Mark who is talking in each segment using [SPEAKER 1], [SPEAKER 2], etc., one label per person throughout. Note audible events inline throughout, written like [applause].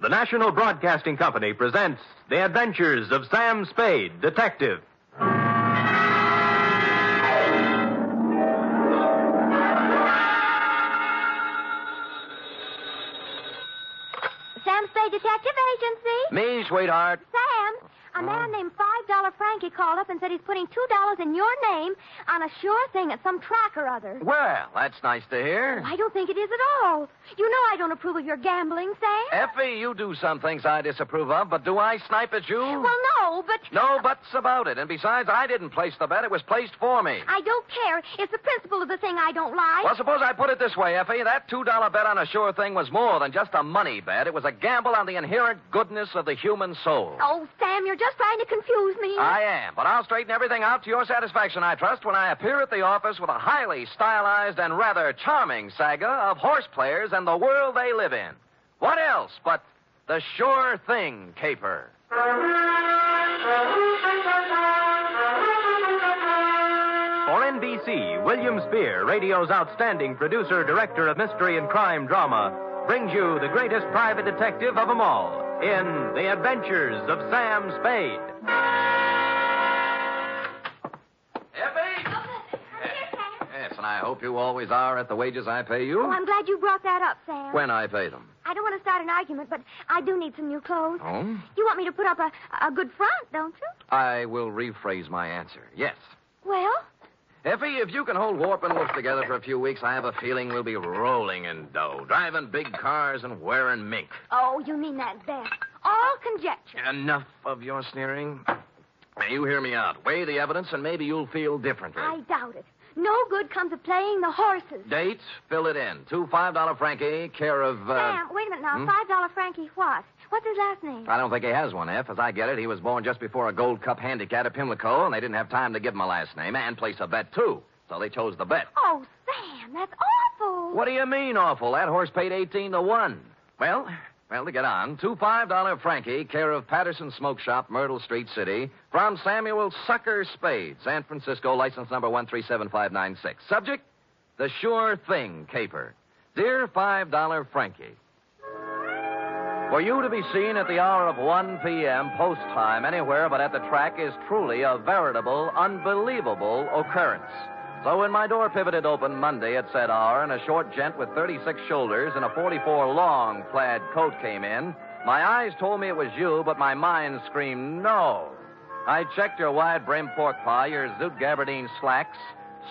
[SPEAKER 1] The National Broadcasting Company presents The Adventures of Sam Spade, Detective.
[SPEAKER 2] Sam Spade Detective Agency.
[SPEAKER 3] Me, sweetheart.
[SPEAKER 2] Sam,
[SPEAKER 3] Oh.
[SPEAKER 2] a man named Five Dollar Frankie called up and said he's putting two dollars in your name on a sure thing at some track or other.
[SPEAKER 3] Well, that's nice to hear.
[SPEAKER 2] I don't think it is at all. You know I don't approve of your gambling, Sam.
[SPEAKER 3] Effie, you do some things I disapprove of, but do I snipe at you?
[SPEAKER 2] well, no, but
[SPEAKER 3] No buts about it. And besides, I didn't place the bet. It was placed for me.
[SPEAKER 2] I don't care. It's the principle of the thing I don't like.
[SPEAKER 3] Well, suppose I put it this way, Effie. That $2 bet on a sure thing was more than just a money bet. It was a gamble on the inherent goodness of the human soul.
[SPEAKER 2] Oh, Sam, you're just trying to confuse me.
[SPEAKER 3] I am, but I'll straighten everything out to your satisfaction, I trust, when I appear at the office with a highly stylized and rather charming saga of horse players and the world they live in. What else but the sure thing caper?
[SPEAKER 1] For NBC, William Spear, radio's outstanding producer, director of mystery and crime drama, brings you the greatest private detective of them all in The Adventures of Sam Spade.
[SPEAKER 3] Effie? Yes, and I hope you always are at the wages I pay
[SPEAKER 2] Oh,
[SPEAKER 3] you
[SPEAKER 2] I'm glad you brought that up, Sam.
[SPEAKER 3] when I pay them.
[SPEAKER 2] I don't want to start an argument, but I do need some new clothes.
[SPEAKER 3] Oh?
[SPEAKER 2] You want me to put up a, a good front, don't you?
[SPEAKER 3] I will rephrase my answer. Yes.
[SPEAKER 2] Well,
[SPEAKER 3] Effie, if you can hold Warp and Wolf together for a few weeks, I have a feeling we'll be rolling in dough, driving big cars and wearing mink.
[SPEAKER 2] oh, you mean that best. All conjecture.
[SPEAKER 3] Enough of your sneering. Now, you hear me out. Weigh the evidence, and maybe you'll feel differently.
[SPEAKER 2] I doubt it. No good comes of playing the horses.
[SPEAKER 3] Date, fill it in. Two $5 Frankie, care of. Uh...
[SPEAKER 2] Sam, wait a minute now. Five dollar Frankie what? What's his last name?
[SPEAKER 3] I don't think he has one, F. As I get it, he was born just before a Gold Cup handicap at Pimlico, and they didn't have time to give him a last name and place a bet, too. So they chose the bet.
[SPEAKER 2] Oh, Sam, that's awful.
[SPEAKER 3] What do you mean, awful? That horse paid 18 to 1. Well, well, to get on, two $5 Frankie, care of Patterson Smoke Shop, Myrtle Street City, from Samuel Sucker Spade, San Francisco, license number 137596. Subject, the sure thing caper. Dear $5 Frankie, for you to be seen at the hour of 1 p.m. post time anywhere but at the track is truly a veritable, unbelievable occurrence. So when my door pivoted open Monday at said hour and a short gent with 36 shoulders and a 44 long plaid coat came in, my eyes told me it was you, but my mind screamed no. I checked your wide brimmed pork pie, your Zoot Gabardine slacks,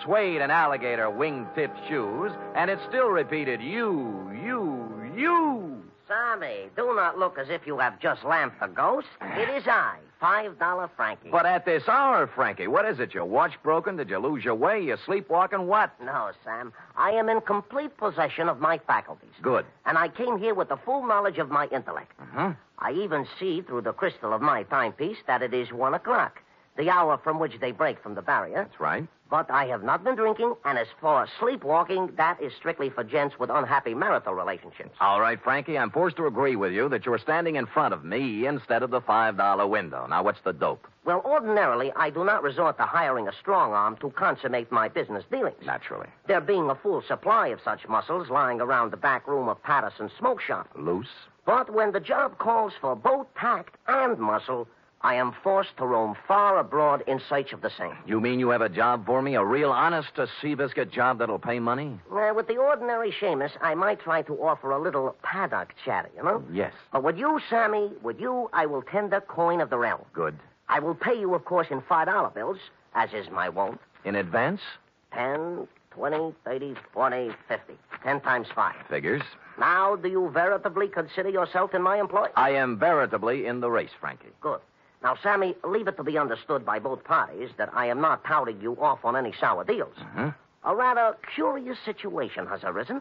[SPEAKER 3] suede and alligator wingtip shoes, and it still repeated you, you, you.
[SPEAKER 4] Sammy, do not look as if you have just lamped the ghost. It is I, five dollar Frankie.
[SPEAKER 3] But at this hour, Frankie, what is it? Your watch broken? Did you lose your way? You sleepwalking? What?
[SPEAKER 4] No, Sam, I am in complete possession of my faculties.
[SPEAKER 3] Good.
[SPEAKER 4] And I came here with the full knowledge of my intellect.
[SPEAKER 3] Uh-huh.
[SPEAKER 4] I even see through the crystal of my timepiece that it is one o'clock, the hour from which they break from the barrier.
[SPEAKER 3] That's right.
[SPEAKER 4] But I have not been drinking, and as for sleepwalking, that is strictly for gents with unhappy marital relationships.
[SPEAKER 3] All right, Frankie, I'm forced to agree with you that you're standing in front of me instead of the $5 window. Now, what's the dope?
[SPEAKER 4] Well, ordinarily, I do not resort to hiring a strong arm to consummate my business dealings.
[SPEAKER 3] Naturally.
[SPEAKER 4] There being a full supply of such mussels lying around the back room of Patterson's smoke shop.
[SPEAKER 3] Loose?
[SPEAKER 4] But when the job calls for both tact and muscle, I am forced to roam far abroad in search of the same.
[SPEAKER 3] You mean you have a job for me? A real honest to Seabiscuit job that'll pay money?
[SPEAKER 4] Uh, with the ordinary Seamus, I might try to offer a little paddock chatter, you know?
[SPEAKER 3] Yes.
[SPEAKER 4] But with you, Sammy, with you, I will tender coin of the realm.
[SPEAKER 3] Good.
[SPEAKER 4] I will pay you, of course, in $5 bills, as is my wont.
[SPEAKER 3] In advance?
[SPEAKER 4] Ten, twenty, thirty, forty, fifty. Ten times 5.
[SPEAKER 3] Figures.
[SPEAKER 4] Now, do you veritably consider yourself in my employ?
[SPEAKER 3] I am veritably in the race, Frankie.
[SPEAKER 4] Good. Now, Sammy, leave it to be understood by both parties that I am not touting you off on any sour deals.
[SPEAKER 3] Uh-huh.
[SPEAKER 4] A rather curious situation has arisen,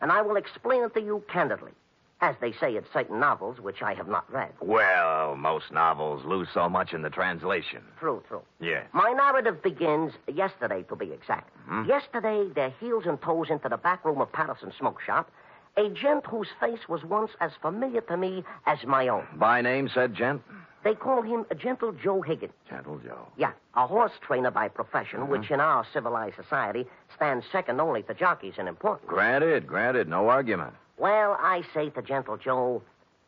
[SPEAKER 4] and I will explain it to you candidly, as they say in certain novels which I have not read.
[SPEAKER 3] Well, most novels lose so much in the translation.
[SPEAKER 4] True, true.
[SPEAKER 3] Yes.
[SPEAKER 4] My narrative begins yesterday, to be exact. Yesterday, their heels and toes into the back room of Patterson's smoke shop, a gent whose face was once as familiar to me as my own.
[SPEAKER 3] By name said gent?
[SPEAKER 4] They call him Gentle Joe Higgins.
[SPEAKER 3] Gentle Joe.
[SPEAKER 4] Yeah, a horse trainer by profession, which in our civilized society stands second only to jockeys in importance.
[SPEAKER 3] Granted, granted, no argument.
[SPEAKER 4] Well, I say to Gentle Joe,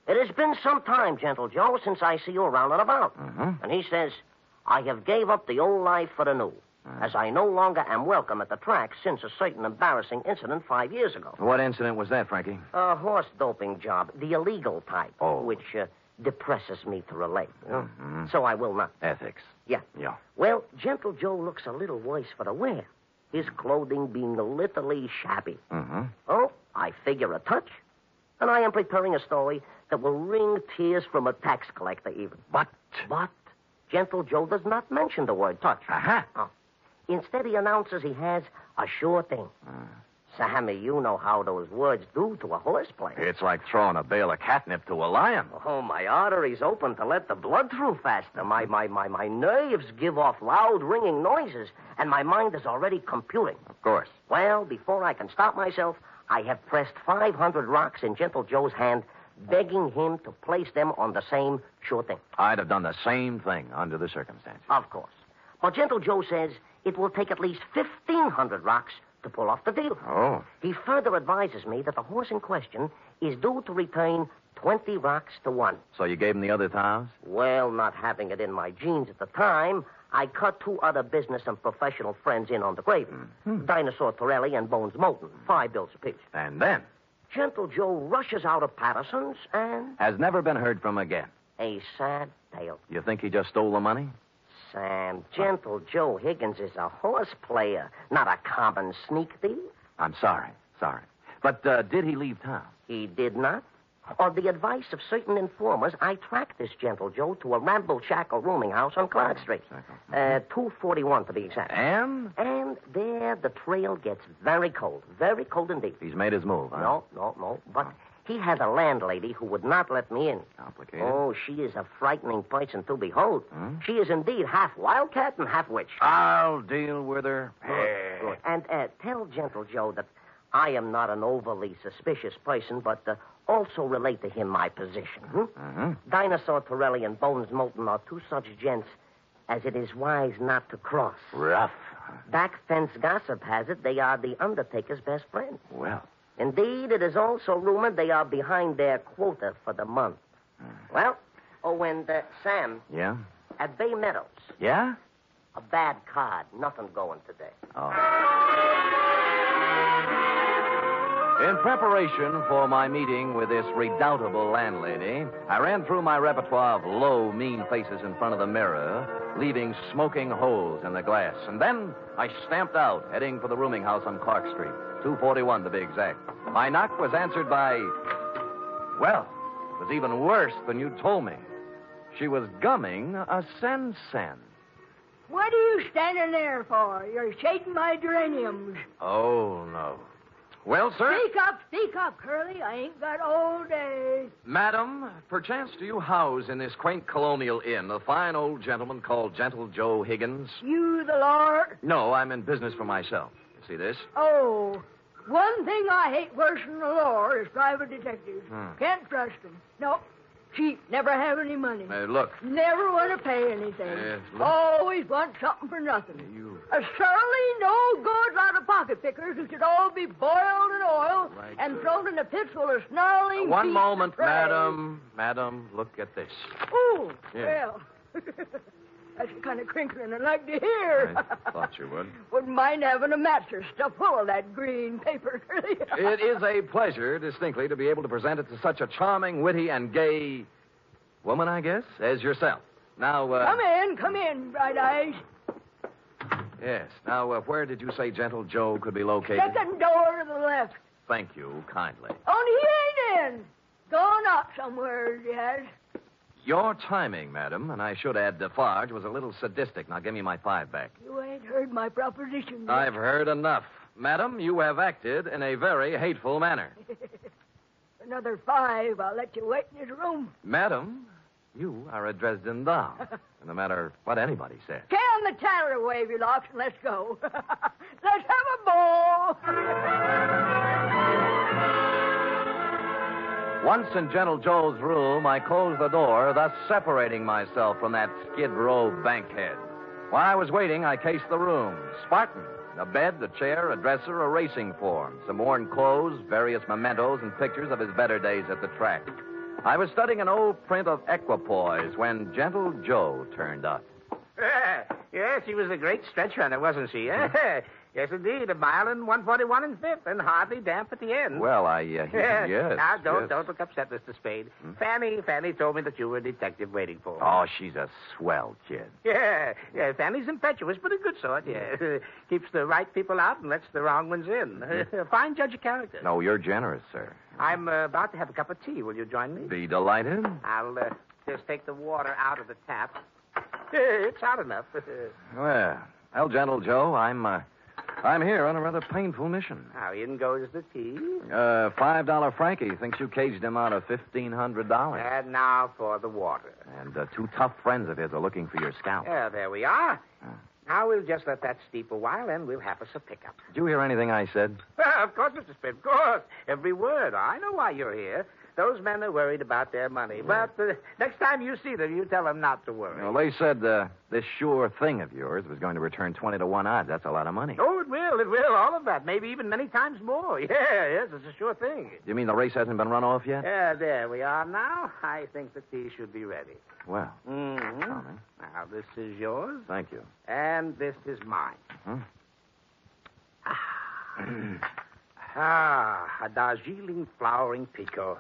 [SPEAKER 4] It has been some time, Gentle Joe, since I see you around and about.
[SPEAKER 3] Mm-hmm.
[SPEAKER 4] And he says, I have gave up the old life for the new, as I no longer am welcome at the track since a certain embarrassing incident five years ago.
[SPEAKER 3] What incident was that, Frankie?
[SPEAKER 4] A horse doping job, the illegal type, which uh, depresses me to relate. you know? So I will not.
[SPEAKER 3] Ethics.
[SPEAKER 4] Yeah.
[SPEAKER 3] Yeah.
[SPEAKER 4] Well, Gentle Joe looks a little worse for the wear, his clothing being literally shabby.
[SPEAKER 3] Mm-hmm.
[SPEAKER 4] Oh, I figure a touch. And I am preparing a story that will wring tears from a tax collector, even.
[SPEAKER 3] But.
[SPEAKER 4] But Gentle Joe does not mention the word touch.
[SPEAKER 3] Aha.
[SPEAKER 4] Oh. Instead, he announces he has a sure thing. Sammy, you know how those words do to a horseplay.
[SPEAKER 3] It's like throwing a bale of catnip to a lion.
[SPEAKER 4] Oh, my arteries open to let the blood through faster. My, my, my, my nerves give off loud ringing noises, and my mind is already computing.
[SPEAKER 3] Of course.
[SPEAKER 4] Well, before I can stop myself, I have pressed 500 rocks in Gentle Joe's hand, begging him to place them on the same sure thing.
[SPEAKER 3] I'd have done the same thing under the circumstances.
[SPEAKER 4] Of course. But Gentle Joe says it will take at least 1,500 rocks to pull off the deal.
[SPEAKER 3] Oh.
[SPEAKER 4] He further advises me that the horse in question is due to retain 20 rocks to one.
[SPEAKER 3] So you gave him the other times?
[SPEAKER 4] Well, not having it in my genes at the time, I cut two other business and professional friends in on the gravy Dinosaur Torelli and Bones Moulton, five bills apiece.
[SPEAKER 3] And then?
[SPEAKER 4] Gentle Joe rushes out of Patterson's and
[SPEAKER 3] Has never been heard from again.
[SPEAKER 4] a sad tale.
[SPEAKER 3] You think he just stole the money?
[SPEAKER 4] Sam, Gentle Joe Higgins is a horse player, not a common sneak thief.
[SPEAKER 3] I'm sorry. Sorry. But uh, did he leave town?
[SPEAKER 4] He did not. On the advice of certain informers, I tracked this Gentle Joe to a ramble-shackle rooming house on Clark Street. Uh, 241 to be exact.
[SPEAKER 3] And?
[SPEAKER 4] And there the trail gets very cold, very cold indeed.
[SPEAKER 3] He's made his move, huh?
[SPEAKER 4] No, no, no. But he has a landlady who would not let me in.
[SPEAKER 3] Complicated. Hmm?
[SPEAKER 4] Oh, she is a frightening person to behold. She is indeed half wildcat and half witch.
[SPEAKER 3] I'll deal with her.
[SPEAKER 4] Good. And uh, tell Gentle Joe that I am not an overly suspicious person, but uh, also relate to him my position. Hmm?
[SPEAKER 3] Mm-hmm.
[SPEAKER 4] Dinosaur Torelli and Bones Moulton are two such gents as it is wise not to cross.
[SPEAKER 3] Rough.
[SPEAKER 4] Back fence gossip has it they are the Undertaker's best friends.
[SPEAKER 3] Well,
[SPEAKER 4] Indeed, it is also rumored they are behind their quota for the month. Well, oh, and uh, Sam,
[SPEAKER 3] yeah?
[SPEAKER 4] at Bay Meadows,
[SPEAKER 3] Yeah?
[SPEAKER 4] a bad card, nothing going today.
[SPEAKER 3] In preparation for my meeting with this redoubtable landlady, I ran through my repertoire of low, mean faces in front of the mirror, leaving smoking holes in the glass. And then I stamped out, heading for the rooming house on Clark Street, 241 to be exact. My knock was answered by. Well, it was even worse than you told me. She was gumming a sen sen.
[SPEAKER 5] What are you standing there for? You're shaking my geraniums.
[SPEAKER 3] Oh, no. Well, sir,
[SPEAKER 5] Speak up, speak up, Curly. I ain't got all day.
[SPEAKER 3] Madam, perchance do you house in this quaint colonial inn a fine old gentleman called Gentle Joe Higgins?
[SPEAKER 5] You the Lord.
[SPEAKER 3] No, I'm in business for myself. See this?
[SPEAKER 5] Oh, one thing I hate worse than the law is private detectives.
[SPEAKER 3] Hmm.
[SPEAKER 5] Can't trust them. No, cheap. Never have any money.
[SPEAKER 3] Uh, look,
[SPEAKER 5] Never want to pay anything.
[SPEAKER 3] Yes, look.
[SPEAKER 5] Always want something for nothing.
[SPEAKER 3] You-
[SPEAKER 5] A surly, no good lot of pocket pickers who should all be boiled in oil
[SPEAKER 3] Right,
[SPEAKER 5] and
[SPEAKER 3] sir.
[SPEAKER 5] thrown in a pit full of snarling.
[SPEAKER 3] one
[SPEAKER 5] beasts
[SPEAKER 3] moment,
[SPEAKER 5] of prey.
[SPEAKER 3] madam. Madam, look at this.
[SPEAKER 5] Ooh,
[SPEAKER 3] Yeah.
[SPEAKER 5] well. [laughs] That's the kind of crinkling I'd like to hear. [laughs]
[SPEAKER 3] I thought you would.
[SPEAKER 5] Wouldn't mind having a mattress stuffed full of that green paper. [laughs]
[SPEAKER 3] It is a pleasure, distinctly, to be able to present it to such a charming, witty, and gay woman, I guess, as yourself. Now, uh.
[SPEAKER 5] Come in, come in, Bright Eyes.
[SPEAKER 3] Yes. Now, uh, where did you say Gentle Joe could be located?
[SPEAKER 5] Second door to the left.
[SPEAKER 3] Thank you kindly.
[SPEAKER 5] Only he ain't in. Gone out somewhere, he has.
[SPEAKER 3] Your timing, madam, and I should add Defarge, was a little sadistic. Now give me my five back.
[SPEAKER 5] You ain't heard my proposition. yet.
[SPEAKER 3] I've heard enough. Madam, you have acted in a very hateful manner.
[SPEAKER 5] Another five. I'll let you wait in this room.
[SPEAKER 3] Madam, you are a Dresden doll, [laughs] no matter what anybody says.
[SPEAKER 5] Tell the tailor to wave your locks and let's go. [laughs] let's have a ball.
[SPEAKER 3] Once in Gentle Joe's room, I closed the door, thus separating myself from that skid row bankhead. While I was waiting, I cased the room. Spartan. A bed, a chair, a dresser, a racing form, some worn clothes, various mementos, and pictures of his better days at the track. I was studying an old print of Equipoise when Gentle Joe turned up.
[SPEAKER 6] Yeah, [laughs] yes, she was a great stretch runner, wasn't she? Yeah. [laughs] yes, indeed. A mile and 141 and fifth, and hardly damp at the end. [laughs]
[SPEAKER 3] Well, I, uh, yes. [laughs] yes
[SPEAKER 6] now, Ah, don't,
[SPEAKER 3] yes. Hmm?
[SPEAKER 6] don't look upset, Mr. Spade. Fanny, Fanny told me that you were a detective waiting for her.
[SPEAKER 3] Oh, she's a swell kid.
[SPEAKER 6] [laughs] Yeah, yeah, Fanny's impetuous, but a good sort, yeah. [laughs] Keeps the right people out and lets the wrong ones in. [laughs] A Fine judge of character.
[SPEAKER 3] Hmm. No, you're generous, sir.
[SPEAKER 6] I'm uh, about to have a cup of tea. Will you join me?
[SPEAKER 3] Be delighted.
[SPEAKER 6] I'll uh, just take the water out of the tap. [laughs] It's hot enough. [laughs]
[SPEAKER 3] Well, well, Gentle Joe, I'm, uh, I'm here on a rather painful mission.
[SPEAKER 6] now, in goes the tea.
[SPEAKER 3] Uh, five dollar Frankie thinks you caged him out of fifteen hundred dollars,
[SPEAKER 6] And now for the water.
[SPEAKER 3] and uh, two tough friends of his are looking for your scalp.
[SPEAKER 6] Yeah, there we are. Now we'll just let that steep a while, and we'll have us a [laughs] pickup.
[SPEAKER 3] Did you hear anything I said?
[SPEAKER 6] Well, of course, Mr. Spade, of course. Every word. I know why you're here. Those men are worried about their money. But uh, next time you see them, you tell them not to worry.
[SPEAKER 3] Well, they said uh, this sure thing of yours was going to return twenty to one odds. That's a lot of money.
[SPEAKER 6] Oh, it will, it will, all of that. Maybe even many times more. [laughs] Yeah, yes, it's a sure thing.
[SPEAKER 3] You mean the race hasn't been run off yet?
[SPEAKER 6] Yeah, there we are now. I think the tea should be ready.
[SPEAKER 3] Well,
[SPEAKER 6] Mm-hmm.
[SPEAKER 3] all right.
[SPEAKER 6] Now, this is yours,
[SPEAKER 3] thank you.
[SPEAKER 6] and this is mine.
[SPEAKER 3] Mhm.
[SPEAKER 6] [clears throat] ah, a Darjeeling flowering pico.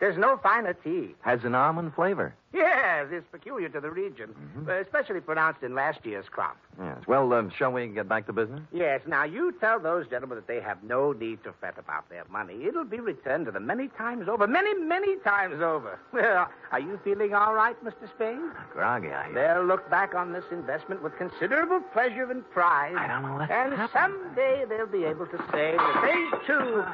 [SPEAKER 6] There's no finer tea.
[SPEAKER 3] Has an almond flavor.
[SPEAKER 6] Yes, it's peculiar to the region,
[SPEAKER 3] Mm-hmm.
[SPEAKER 6] uh, especially pronounced in last year's crop.
[SPEAKER 3] Yes. Well, um, shall we get back to business?
[SPEAKER 6] Yes, now you tell those gentlemen that they have no need to fret about their money. It'll be returned to them many times over, many, many times over. [laughs] Well, are you feeling all right, Mr. Spade?
[SPEAKER 3] Groggy, I hear.
[SPEAKER 6] They'll look back on this investment with considerable pleasure and pride.
[SPEAKER 3] I don't know what
[SPEAKER 6] And
[SPEAKER 3] happened.
[SPEAKER 6] someday they'll be able to say that they too.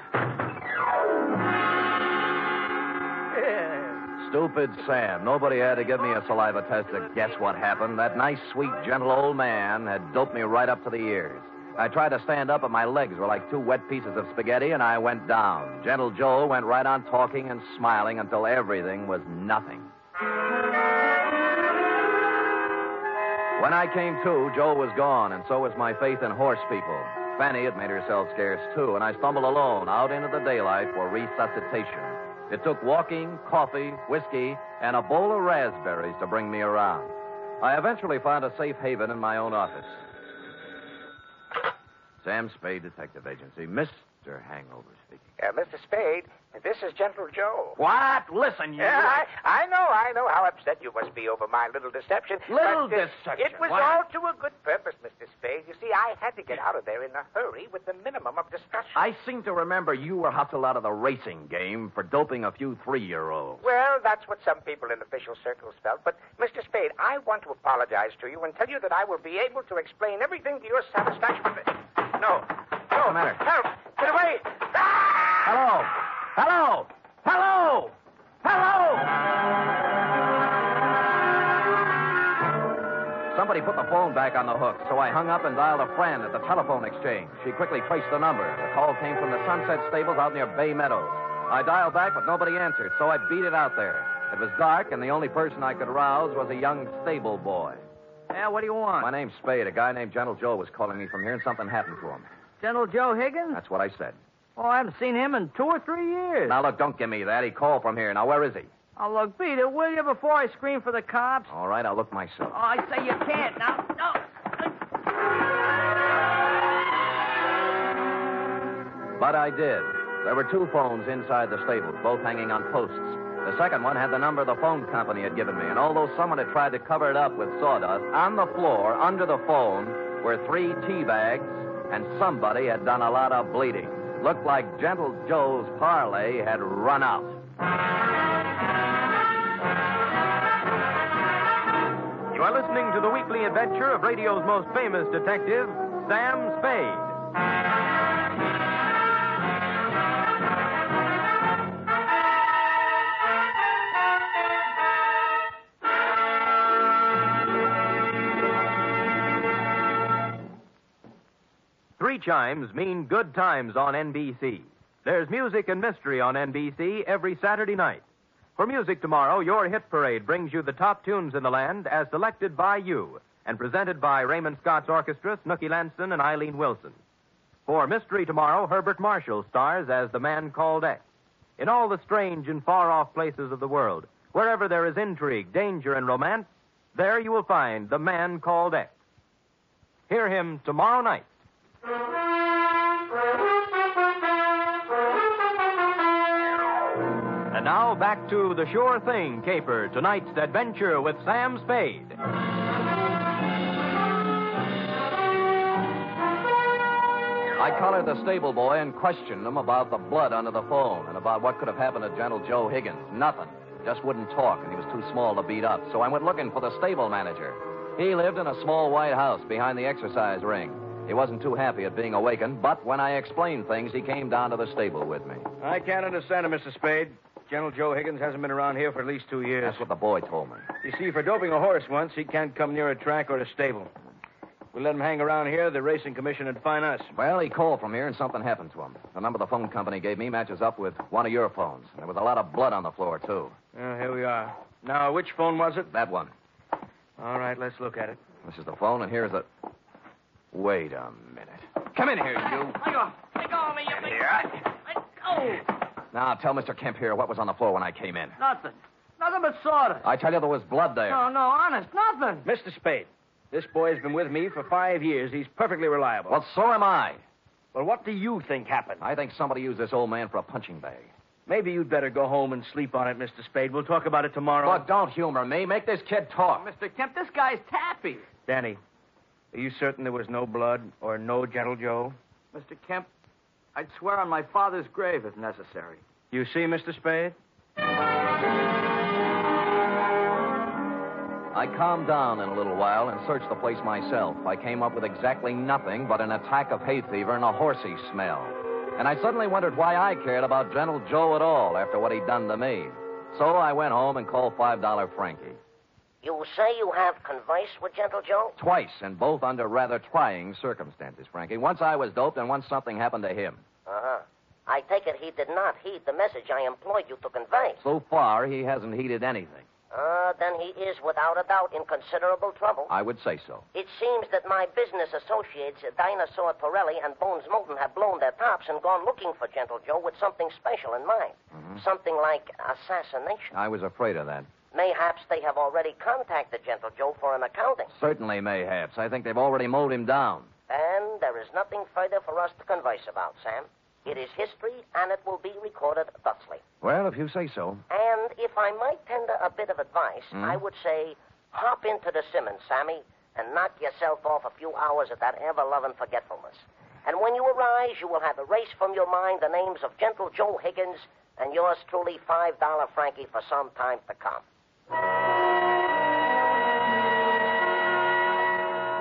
[SPEAKER 6] Yeah.
[SPEAKER 3] Stupid Sam. Nobody had to give me a saliva test to guess what happened. That nice, sweet, gentle old man had doped me right up to the ears. I tried to stand up, but my legs were like two wet pieces of spaghetti, and I went down. Gentle Joe went right on talking and smiling until everything was nothing. When I came to, Joe was gone, and so was my faith in horse people. Fanny had made herself scarce, too, and I stumbled alone out into the daylight for resuscitation. It took walking, coffee, whiskey, and a bowl of raspberries to bring me around. I eventually found a safe haven in my own office. Sam Spade Detective Agency, Mr. Hangover speaking.
[SPEAKER 7] Uh, Mr. Spade, this is Gentle Joe.
[SPEAKER 6] What? Listen, you.
[SPEAKER 7] Yeah, I, I know, I know how upset you must be over my little deception.
[SPEAKER 6] Little
[SPEAKER 7] but, uh,
[SPEAKER 6] deception,
[SPEAKER 7] It was
[SPEAKER 6] why?
[SPEAKER 7] all to a good purpose, Mr. Spade. You see, I had to get out of there in a hurry with the minimum of discussion.
[SPEAKER 3] I seem to remember you were hustled out of the racing game for doping a few three year olds.
[SPEAKER 7] Well, that's what some people in official circles felt. But, Mr. Spade, I want to apologize to you and tell you that I will be able to explain everything to your satisfaction. No. No.
[SPEAKER 3] the matter?
[SPEAKER 7] Help! Get away! Ah!
[SPEAKER 3] Hello! Hello! Hello! Hello! Somebody put the phone back on the hook, so I hung up and dialed a friend at the telephone exchange. She quickly traced the number. The call came from the Sunset Stables out near Bay Meadows. I dialed back, but nobody answered, so I beat it out there. It was dark, and the only person I could rouse was a young stable boy.
[SPEAKER 5] Yeah, what do you want?
[SPEAKER 3] My name's Spade. A guy named Gentle Joe was calling me from here, and something happened to him.
[SPEAKER 5] General Joe Higgins?
[SPEAKER 3] That's what I said.
[SPEAKER 5] Oh, I haven't seen him in two or three years.
[SPEAKER 3] Now, look, don't give me that. He called from here. Now, where is he?
[SPEAKER 5] Oh, look, beat it, will you, before I scream for the cops?
[SPEAKER 3] All right, I'll look myself.
[SPEAKER 5] Oh, I say you can't. Now, no.
[SPEAKER 3] But I did. There were two phones inside the stable, both hanging on posts. The second one had the number the phone company had given me, and although someone had tried to cover it up with sawdust, on the floor, under the phone, were three tea bags, and somebody had done a lot of bleeding. Looked like Gentle Joe's parlay had run out.
[SPEAKER 1] You are listening to the weekly adventure of radio's most famous detective, Sam Spade. Three chimes mean good times on NBC. There's music and mystery on NBC every Saturday night. For music tomorrow, your hit parade brings you the top tunes in the land as selected by you and presented by Raymond Scott's orchestra, Snooky Lanston, and Eileen Wilson. For mystery tomorrow, Herbert Marshall stars as the man called X. in all the strange and far off places of the world. Wherever there is intrigue, danger, and romance, there you will find the man called X. Hear him tomorrow night. And now back to the Sure Thing Caper, tonight's adventure with Sam Spade.
[SPEAKER 3] I collared the stable boy and questioned him about the blood under the phone and about what could have happened to Gentle Joe Higgins. Nothing. Just wouldn't talk, and he was too small to beat up. So I went looking for the stable manager. He lived in a small white house behind the exercise ring. He wasn't too happy at being awakened, but when I explained things, he came down to the stable with me.
[SPEAKER 8] I can't understand it, Mr. Spade. General Joe Higgins hasn't been around here for at least two years.
[SPEAKER 3] That's what the boy told me.
[SPEAKER 8] You see, for doping a horse once, he can't come near a track or a stable. We let him hang around here, the racing commission would fine us.
[SPEAKER 3] Well, he called from here and something happened to him. The number the phone company gave me matches up with one of your phones. And there was a lot of blood on the floor, too.
[SPEAKER 8] Well, Oh, here we are. Now, which phone was it?
[SPEAKER 3] That one.
[SPEAKER 8] All right, let's look at it.
[SPEAKER 3] This is the phone, and here's the. Wait a minute. Come in here, you.
[SPEAKER 7] Yeah.
[SPEAKER 3] Now, tell Mr. Kemp here what was on the floor when I came in.
[SPEAKER 5] Nothing. Nothing but soda.
[SPEAKER 3] I tell you, there was blood there.
[SPEAKER 5] No, no, honest, nothing.
[SPEAKER 8] Mr. Spade, this boy's been with me for five years. He's perfectly reliable.
[SPEAKER 3] Well, so am I.
[SPEAKER 8] Well, what do you think happened?
[SPEAKER 3] I think somebody used this old man for a punching bag.
[SPEAKER 8] Maybe you'd better go home and sleep on it, Mr. Spade. We'll talk about it tomorrow.
[SPEAKER 3] But don't humor me. Make this kid talk.
[SPEAKER 5] Mr. Kemp, this guy's tappy.
[SPEAKER 8] Danny, are you certain there was no blood or no Gentle Joe?
[SPEAKER 9] Mr. Kemp, I'd swear on my father's grave if necessary.
[SPEAKER 8] You see, Mr. Spade?
[SPEAKER 3] I calmed down in a little while and searched the place myself. I came up with exactly nothing but an attack of hay fever and a horsey smell. And I suddenly wondered why I cared about Gentle Joe at all after what he'd done to me. So I went home and called $5 Frankie.
[SPEAKER 4] You say you have conversed with Gentle Joe?
[SPEAKER 3] Twice, and both under rather trying circumstances, Frankie. Once I was doped, and once something happened to him.
[SPEAKER 4] Uh huh. I take it he did not heed the message I employed you to convey.
[SPEAKER 3] So far, he hasn't heeded anything.
[SPEAKER 4] Uh, then he is without a doubt in considerable trouble.
[SPEAKER 3] I would say so.
[SPEAKER 4] It seems that my business associates, Dinosaur Torelli and Bones Moulton, have blown their tops and gone looking for Gentle Joe with something special in mind. Something like assassination.
[SPEAKER 3] I was afraid of that.
[SPEAKER 4] Mayhaps they have already contacted Gentle Joe for an accounting.
[SPEAKER 3] Certainly, mayhaps. I think they've already mowed him down.
[SPEAKER 4] And there is nothing further for us to converse about, Sam. It is history, and it will be recorded thusly.
[SPEAKER 3] Well, if you say so.
[SPEAKER 4] And if I might tender a bit of advice, I would say hop into the Simmons, Sammy, and knock yourself off a few hours of that ever loving forgetfulness. And when you arise, you will have erased from your mind the names of gentle Joe Higgins and yours truly, $5 Frankie, for some time to come.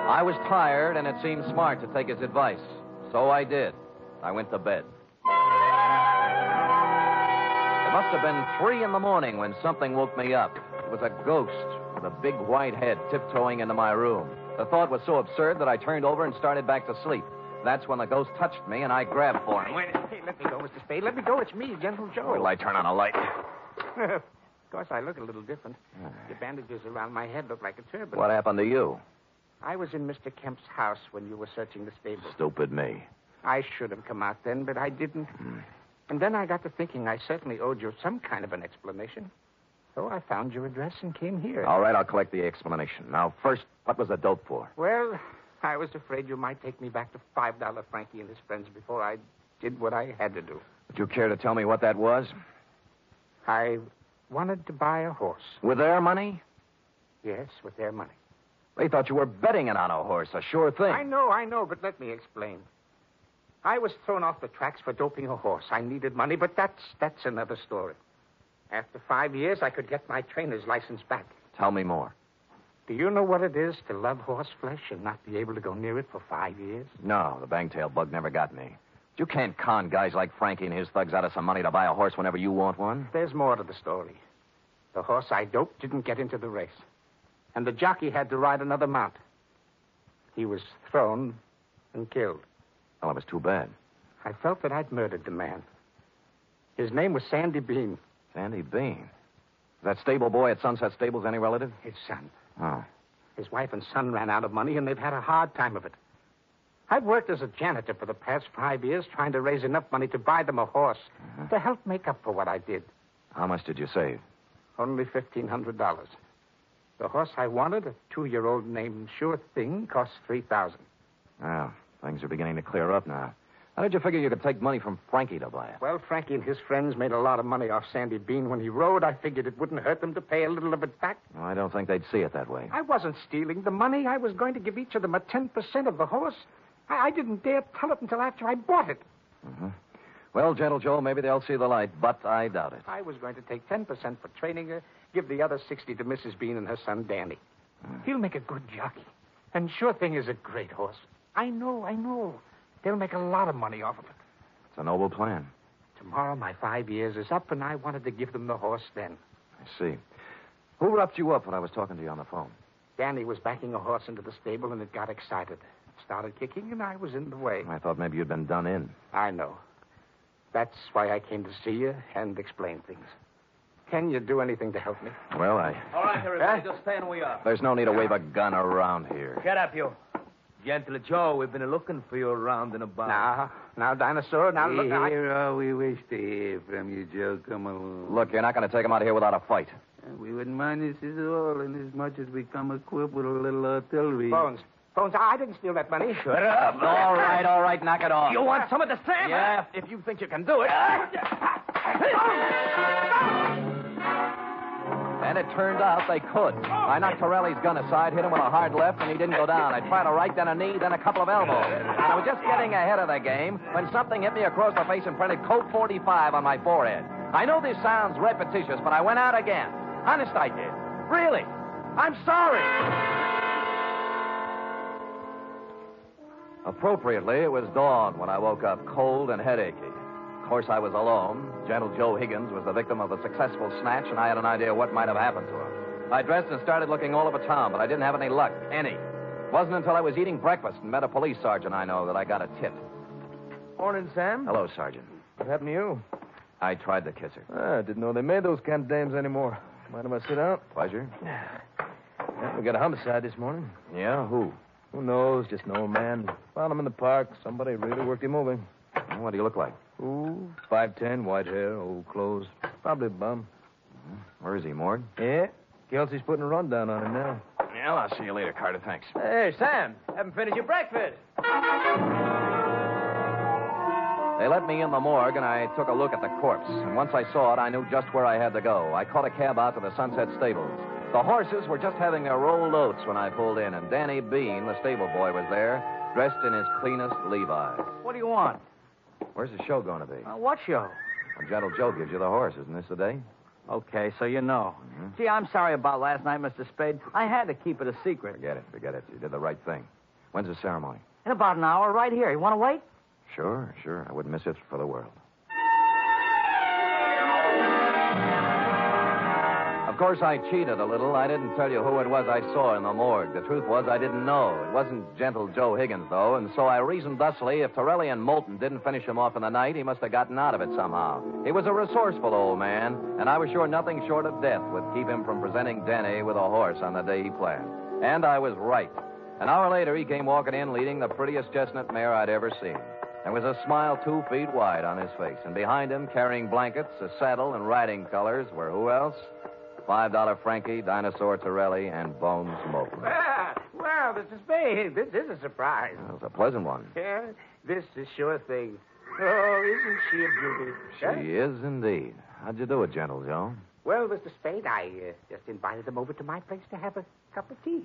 [SPEAKER 3] I was tired, and it seemed smart to take his advice. So I did. I went to bed. It must have been three in the morning when something woke me up. It was a ghost with a big white head tiptoeing into my room. The thought was so absurd that I turned over and started back to sleep. That's when the ghost touched me, and I grabbed for him.
[SPEAKER 6] Wait, hey, let me go, Mr. Spade. Let me go. It's me, Gentle Joe. [laughs]
[SPEAKER 3] Will I turn on a light?
[SPEAKER 6] of course, I look a little different. The bandages around my head look like a turban.
[SPEAKER 3] What happened to you?
[SPEAKER 6] I was in Mr. Kemp's house when you were searching the stable.
[SPEAKER 3] Stupid me.
[SPEAKER 6] I should have come out then, but I didn't. And then I got to thinking I certainly owed you some kind of an explanation. So I found your address and came here.
[SPEAKER 3] All right, I'll collect the explanation. Now, first, what was the dope for?
[SPEAKER 6] Well, I was afraid you might take me back to $5 Frankie and his friends before I did what I had to do.
[SPEAKER 3] Would you care to tell me what that was?
[SPEAKER 6] I wanted to buy a horse.
[SPEAKER 3] With their money?
[SPEAKER 6] Yes, with their money.
[SPEAKER 3] They thought you were betting it on a horse, a sure thing.
[SPEAKER 6] I know, I know, but let me explain. I was thrown off the tracks for doping a horse. I needed money, but that's that's another story. After five years, I could get my trainer's license back.
[SPEAKER 3] Tell me more.
[SPEAKER 6] Do you know what it is to love horse flesh and not be able to go near it for five years?
[SPEAKER 3] No, the bangtail bug never got me. You can't con guys like Frankie and his thugs out of some money to buy a horse whenever you want one.
[SPEAKER 6] There's more to the story. The horse I doped didn't get into the race, and the jockey had to ride another mount. He was thrown and killed.
[SPEAKER 3] Well, it was too bad.
[SPEAKER 6] I felt that I'd murdered the man. His name was Sandy Bean,
[SPEAKER 3] Sandy Bean. Is that stable boy at Sunset Stables any relative?
[SPEAKER 6] his son.
[SPEAKER 3] Oh.
[SPEAKER 6] His wife and son ran out of money, and they've had a hard time of it. I've worked as a janitor for the past five years trying to raise enough money to buy them a horse to help make up for what I did.
[SPEAKER 3] How much did you save?
[SPEAKER 6] Only $1,500. The horse I wanted, a two year old named Sure Thing, cost 3000
[SPEAKER 3] Well, things are beginning to clear up now. How did you figure you could take money from Frankie to buy it?
[SPEAKER 6] Well, Frankie and his friends made a lot of money off Sandy Bean when he rode. I figured it wouldn't hurt them to pay a little of it back.
[SPEAKER 3] Well, I don't think they'd see it that way.
[SPEAKER 6] I wasn't stealing the money. I was going to give each of them a 10% of the horse. I, I didn't dare tell it until after I bought it.
[SPEAKER 3] Mm-hmm. Well, Gentle Joe, maybe they'll see the light, but I doubt it.
[SPEAKER 6] I was going to take 10% for training her, give the other 60 to Mrs. Bean and her son Danny. He'll make a good jockey. And Sure Thing is a great horse. I know, I know. They'll make a lot of money off of it.
[SPEAKER 3] It's a noble plan.
[SPEAKER 6] Tomorrow, my five years is up, and I wanted to give them the horse then.
[SPEAKER 3] I see. Who wrapped you up when I was talking to you on the phone?
[SPEAKER 6] Danny was backing a horse into the stable, and it got excited. It started kicking, and I was in the way.
[SPEAKER 3] I thought maybe you'd been done in.
[SPEAKER 6] I know. That's why I came to see you and explain things. Can you do anything to help me?
[SPEAKER 3] Well, I.
[SPEAKER 9] All right, everybody, just stand where we are.
[SPEAKER 3] There's no need to wave a gun around here.
[SPEAKER 9] Get up, you. Gentle Joe, we've been looking for you around and about.
[SPEAKER 6] Now, now, dinosaur, now look. I-
[SPEAKER 10] hear all we wish to hear from you, Joe. Come along.
[SPEAKER 3] Look, you're not going to take him out of here without a fight.
[SPEAKER 10] Uh, We wouldn't mind this at all, and as much as we come equipped with a little artillery.
[SPEAKER 6] Bones. Bones, I didn't steal that money.
[SPEAKER 9] Shut up.
[SPEAKER 3] All right, all right, knock it off.
[SPEAKER 9] You want some of the sand? Yeah, if you think you can do
[SPEAKER 6] [laughs]
[SPEAKER 9] it.
[SPEAKER 3] And it turned out they could. I knocked Torelli's gun aside, hit him with a hard left, and he didn't go down. I tried a right, then a knee, then a couple of elbows. I was just getting ahead of the game when something hit me across the face and printed Colt 45 on my forehead. I know this sounds repetitious, but I went out again. Honest, I did. Really. I'm sorry. Appropriately, it was dawn when I woke up cold and headachy. Of course, I was alone. Gentle Joe Higgins was the victim of a successful snatch, and I had an idea what might have happened to him. I dressed and started looking all over town, but I didn't have any luck, any. It wasn't until I was eating breakfast and met a police sergeant I know that I got a tip.
[SPEAKER 8] Morning, Sam.
[SPEAKER 3] Hello, Sergeant.
[SPEAKER 8] What happened to you?
[SPEAKER 3] I tried to kiss her.
[SPEAKER 8] Ah, I didn't know they made those kind of dames anymore. Mind if I sit down?
[SPEAKER 3] Pleasure?
[SPEAKER 8] Yeah, we got a homicide this morning.
[SPEAKER 3] Yeah, who?
[SPEAKER 8] Who knows? Just an old man. Found him in the park. Somebody really worked him over.
[SPEAKER 3] What do you look like?
[SPEAKER 8] Ooh, 5'10, white hair, old clothes. Probably a bum.
[SPEAKER 3] Where is he, Morg?
[SPEAKER 8] Yeah? Kelsey's putting a rundown on him now.
[SPEAKER 3] Yeah, I'll see you later, Carter. Thanks.
[SPEAKER 9] Hey, Sam, haven't finished your breakfast.
[SPEAKER 3] They let me in the morgue, and I took a look at the corpse. And once I saw it, I knew just where I had to go. I caught a cab out to the Sunset Stables. The horses were just having their rolled oats when I pulled in, and Danny Bean, the stable boy, was there, dressed in his cleanest Levi's.
[SPEAKER 9] What do you want?
[SPEAKER 3] Where's the show going to be?
[SPEAKER 9] Uh, what show?
[SPEAKER 3] Well, Gentle Joe gives you the horse, isn't this the day? Mm-hmm.
[SPEAKER 9] Okay, so you know. Gee, I'm sorry about last night, Mr. Spade. I had to keep it a secret.
[SPEAKER 3] Forget it, forget it. You did the right thing. When's the ceremony?
[SPEAKER 9] In about an hour, right here. You want to wait?
[SPEAKER 3] Sure, sure. I wouldn't miss it for the world. Of course, I cheated a little. I didn't tell you who it was I saw in the morgue. The truth was, I didn't know. It wasn't gentle Joe Higgins, though, and so I reasoned thusly if Torelli and Moulton didn't finish him off in the night, he must have gotten out of it somehow. He was a resourceful old man, and I was sure nothing short of death would keep him from presenting Danny with a horse on the day he planned. And I was right. An hour later, he came walking in leading the prettiest chestnut mare I'd ever seen. There was a smile two feet wide on his face, and behind him, carrying blankets, a saddle, and riding colors, were who else? Five Dollar Frankie, Dinosaur Torelli, and Bones Moulton. It
[SPEAKER 6] Well, well, Mr. Spade, this is a surprise.
[SPEAKER 3] was a pleasant one.
[SPEAKER 6] Yeah, this is sure thing. Oh, isn't she a beauty?
[SPEAKER 3] She
[SPEAKER 6] Huh?
[SPEAKER 3] is indeed. How'd you do it, Gentle Joe?
[SPEAKER 6] Well, Mr. Spade, I uh, just invited them over to my place to have a cup of tea.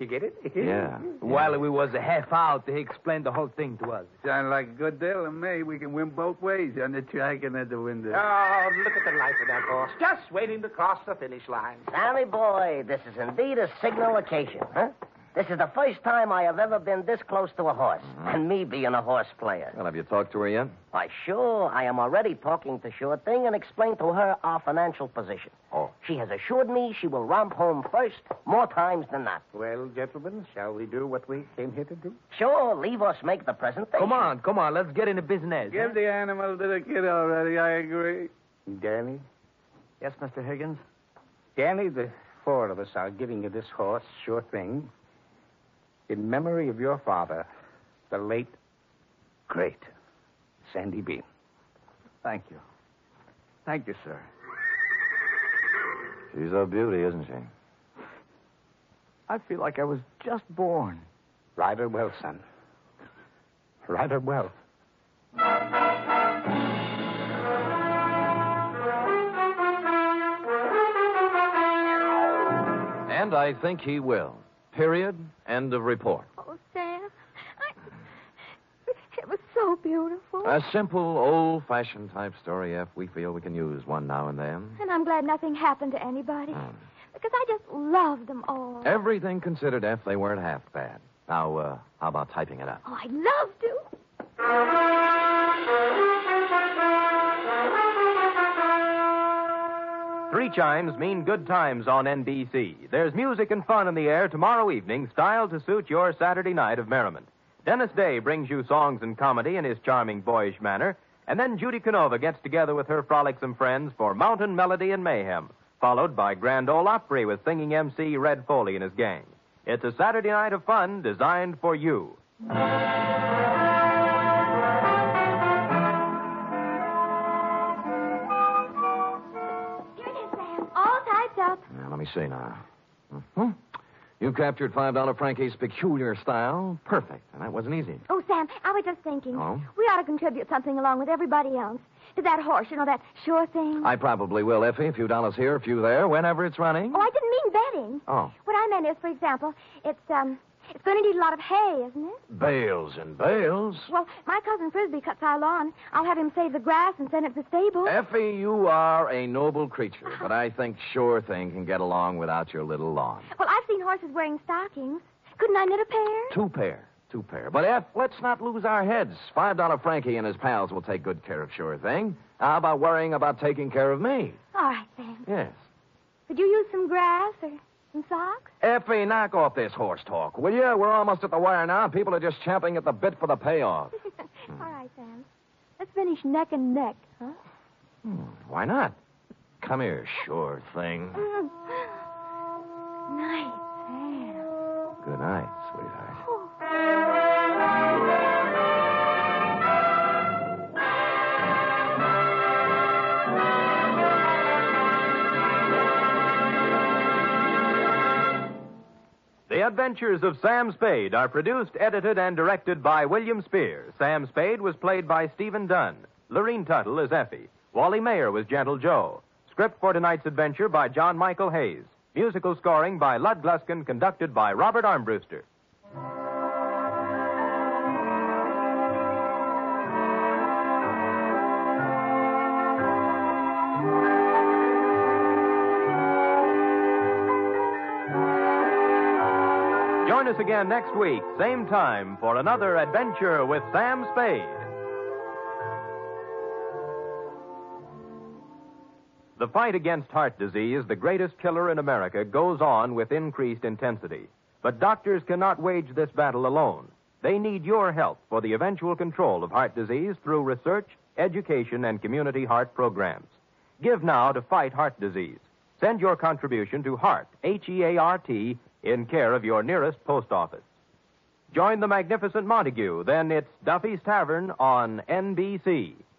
[SPEAKER 6] You get it?
[SPEAKER 3] Yeah.
[SPEAKER 9] While we was a half out, he explained the whole thing to us.
[SPEAKER 10] Sound like a good deal to me. We can win both ways on the track and at the window.
[SPEAKER 6] [laughs] Oh, look at the life of that horse. Just waiting to cross the finish line.
[SPEAKER 4] Sammy boy, this is indeed a signal occasion, huh? This is the first time I have ever been this close to a horse, and me being a horse player.
[SPEAKER 3] Well, have you talked to her yet?
[SPEAKER 4] Why, sure, I am already talking to Sure Thing and explain to her our financial position.
[SPEAKER 3] Oh.
[SPEAKER 4] She has assured me she will romp home first more times than not.
[SPEAKER 6] Well, gentlemen, shall we do what we came here to do?
[SPEAKER 4] Sure, leave us make the presentation.
[SPEAKER 9] Come on, come on, let's get into business.
[SPEAKER 10] Give the animal to the kid already, I agree.
[SPEAKER 6] Danny?
[SPEAKER 9] Yes, Mr. Higgins?
[SPEAKER 6] Danny, the four of us are giving you this horse, sure thing, in memory of your father, The late, great Sandy Bean.
[SPEAKER 9] Thank you. Thank you, sir.
[SPEAKER 11] She's a beauty, isn't she?
[SPEAKER 9] I feel like I was just born.
[SPEAKER 6] Ride her well, son. Ride her well.
[SPEAKER 3] And I think he will. Period. End of report.
[SPEAKER 2] Oh, Sam, I... it was so beautiful.
[SPEAKER 3] A simple, old fashioned type story, F. We feel we can use one now and then.
[SPEAKER 2] And I'm glad nothing happened to anybody.
[SPEAKER 3] Mm.
[SPEAKER 2] Because I just love them all.
[SPEAKER 3] Eh? Everything considered, F, they weren't half bad. Now, uh, how about typing it up?
[SPEAKER 2] Oh, I'd love to.
[SPEAKER 1] Three chimes mean good times on NBC. There's music and fun in the air tomorrow evening, styled to suit your Saturday night of merriment. Dennis Day brings you songs and comedy in his charming boyish manner, and then Judy Canova gets together with her frolicsome friends for Mountain Melody and Mayhem, followed by Grand Ole Opry with singing MC Red Foley and his gang. It's a Saturday night of fun designed for you.
[SPEAKER 2] Here it is, Sam. All typed up.
[SPEAKER 3] Now, let me see now. hmm You captured $5 Frankie's peculiar style. Perfect. And that wasn't easy.
[SPEAKER 2] Oh, Sam, I was just thinking.
[SPEAKER 3] Oh?
[SPEAKER 2] We ought to contribute something along with everybody else. To that horse, you know, that sure thing.
[SPEAKER 3] I probably will, Effie. A few dollars here, a few there, whenever it's running.
[SPEAKER 2] Oh, I didn't mean betting.
[SPEAKER 3] Oh.
[SPEAKER 2] What I meant is, for example, it's, um, it's going to need a lot of hay, isn't it?
[SPEAKER 3] Bales and bales.
[SPEAKER 2] Well, my cousin Frisbee cuts our lawn. I'll have him save the grass and send it to the stable.
[SPEAKER 1] Eh?
[SPEAKER 3] Effie, you are a noble creature, but I think sure thing can get along without your little lawn.
[SPEAKER 2] Well, I've seen horses wearing stockings. Couldn't I knit a pair?
[SPEAKER 3] Two pair. Two pair. But, F, let's not lose our heads. Five dollar Frankie and his pals will take good care of sure thing. How about worrying about taking care of me?
[SPEAKER 2] All right, Sam.
[SPEAKER 3] Yes.
[SPEAKER 2] Could you use some grass or some socks? [laughs]
[SPEAKER 3] Effie, knock off this horse talk, will you? We're almost at the wire now. and People are just champing at the bit for the payoff.
[SPEAKER 2] All right, Sam. Let's finish neck and neck, huh? [laughs]
[SPEAKER 3] Hmm, Why not? Come here, sure thing.
[SPEAKER 2] Mm. Nice, Sam.
[SPEAKER 3] Good night, sweetheart.
[SPEAKER 1] The Adventures of Sam Spade are produced, edited, and directed by William Spear. Sam Spade was played by Stephen Dunn. Lorene Tuttle is Effie. Wally Mayer was Gentle Joe. Script for tonight's adventure by John Michael Hayes. Musical scoring by Lud Gluskin, conducted by Robert Armbruster. Join us again next week, same time, for another adventure with Sam Spade. The fight against heart disease, the greatest killer in America, goes on with increased intensity. But doctors cannot wage this battle alone. They need your help for the eventual control of heart disease through research, education, and community heart programs. Give now to fight heart disease. Send your contribution to HEART, H E A R T, in care of your nearest post office. Join the magnificent Montague, then it's Duffy's Tavern on NBC.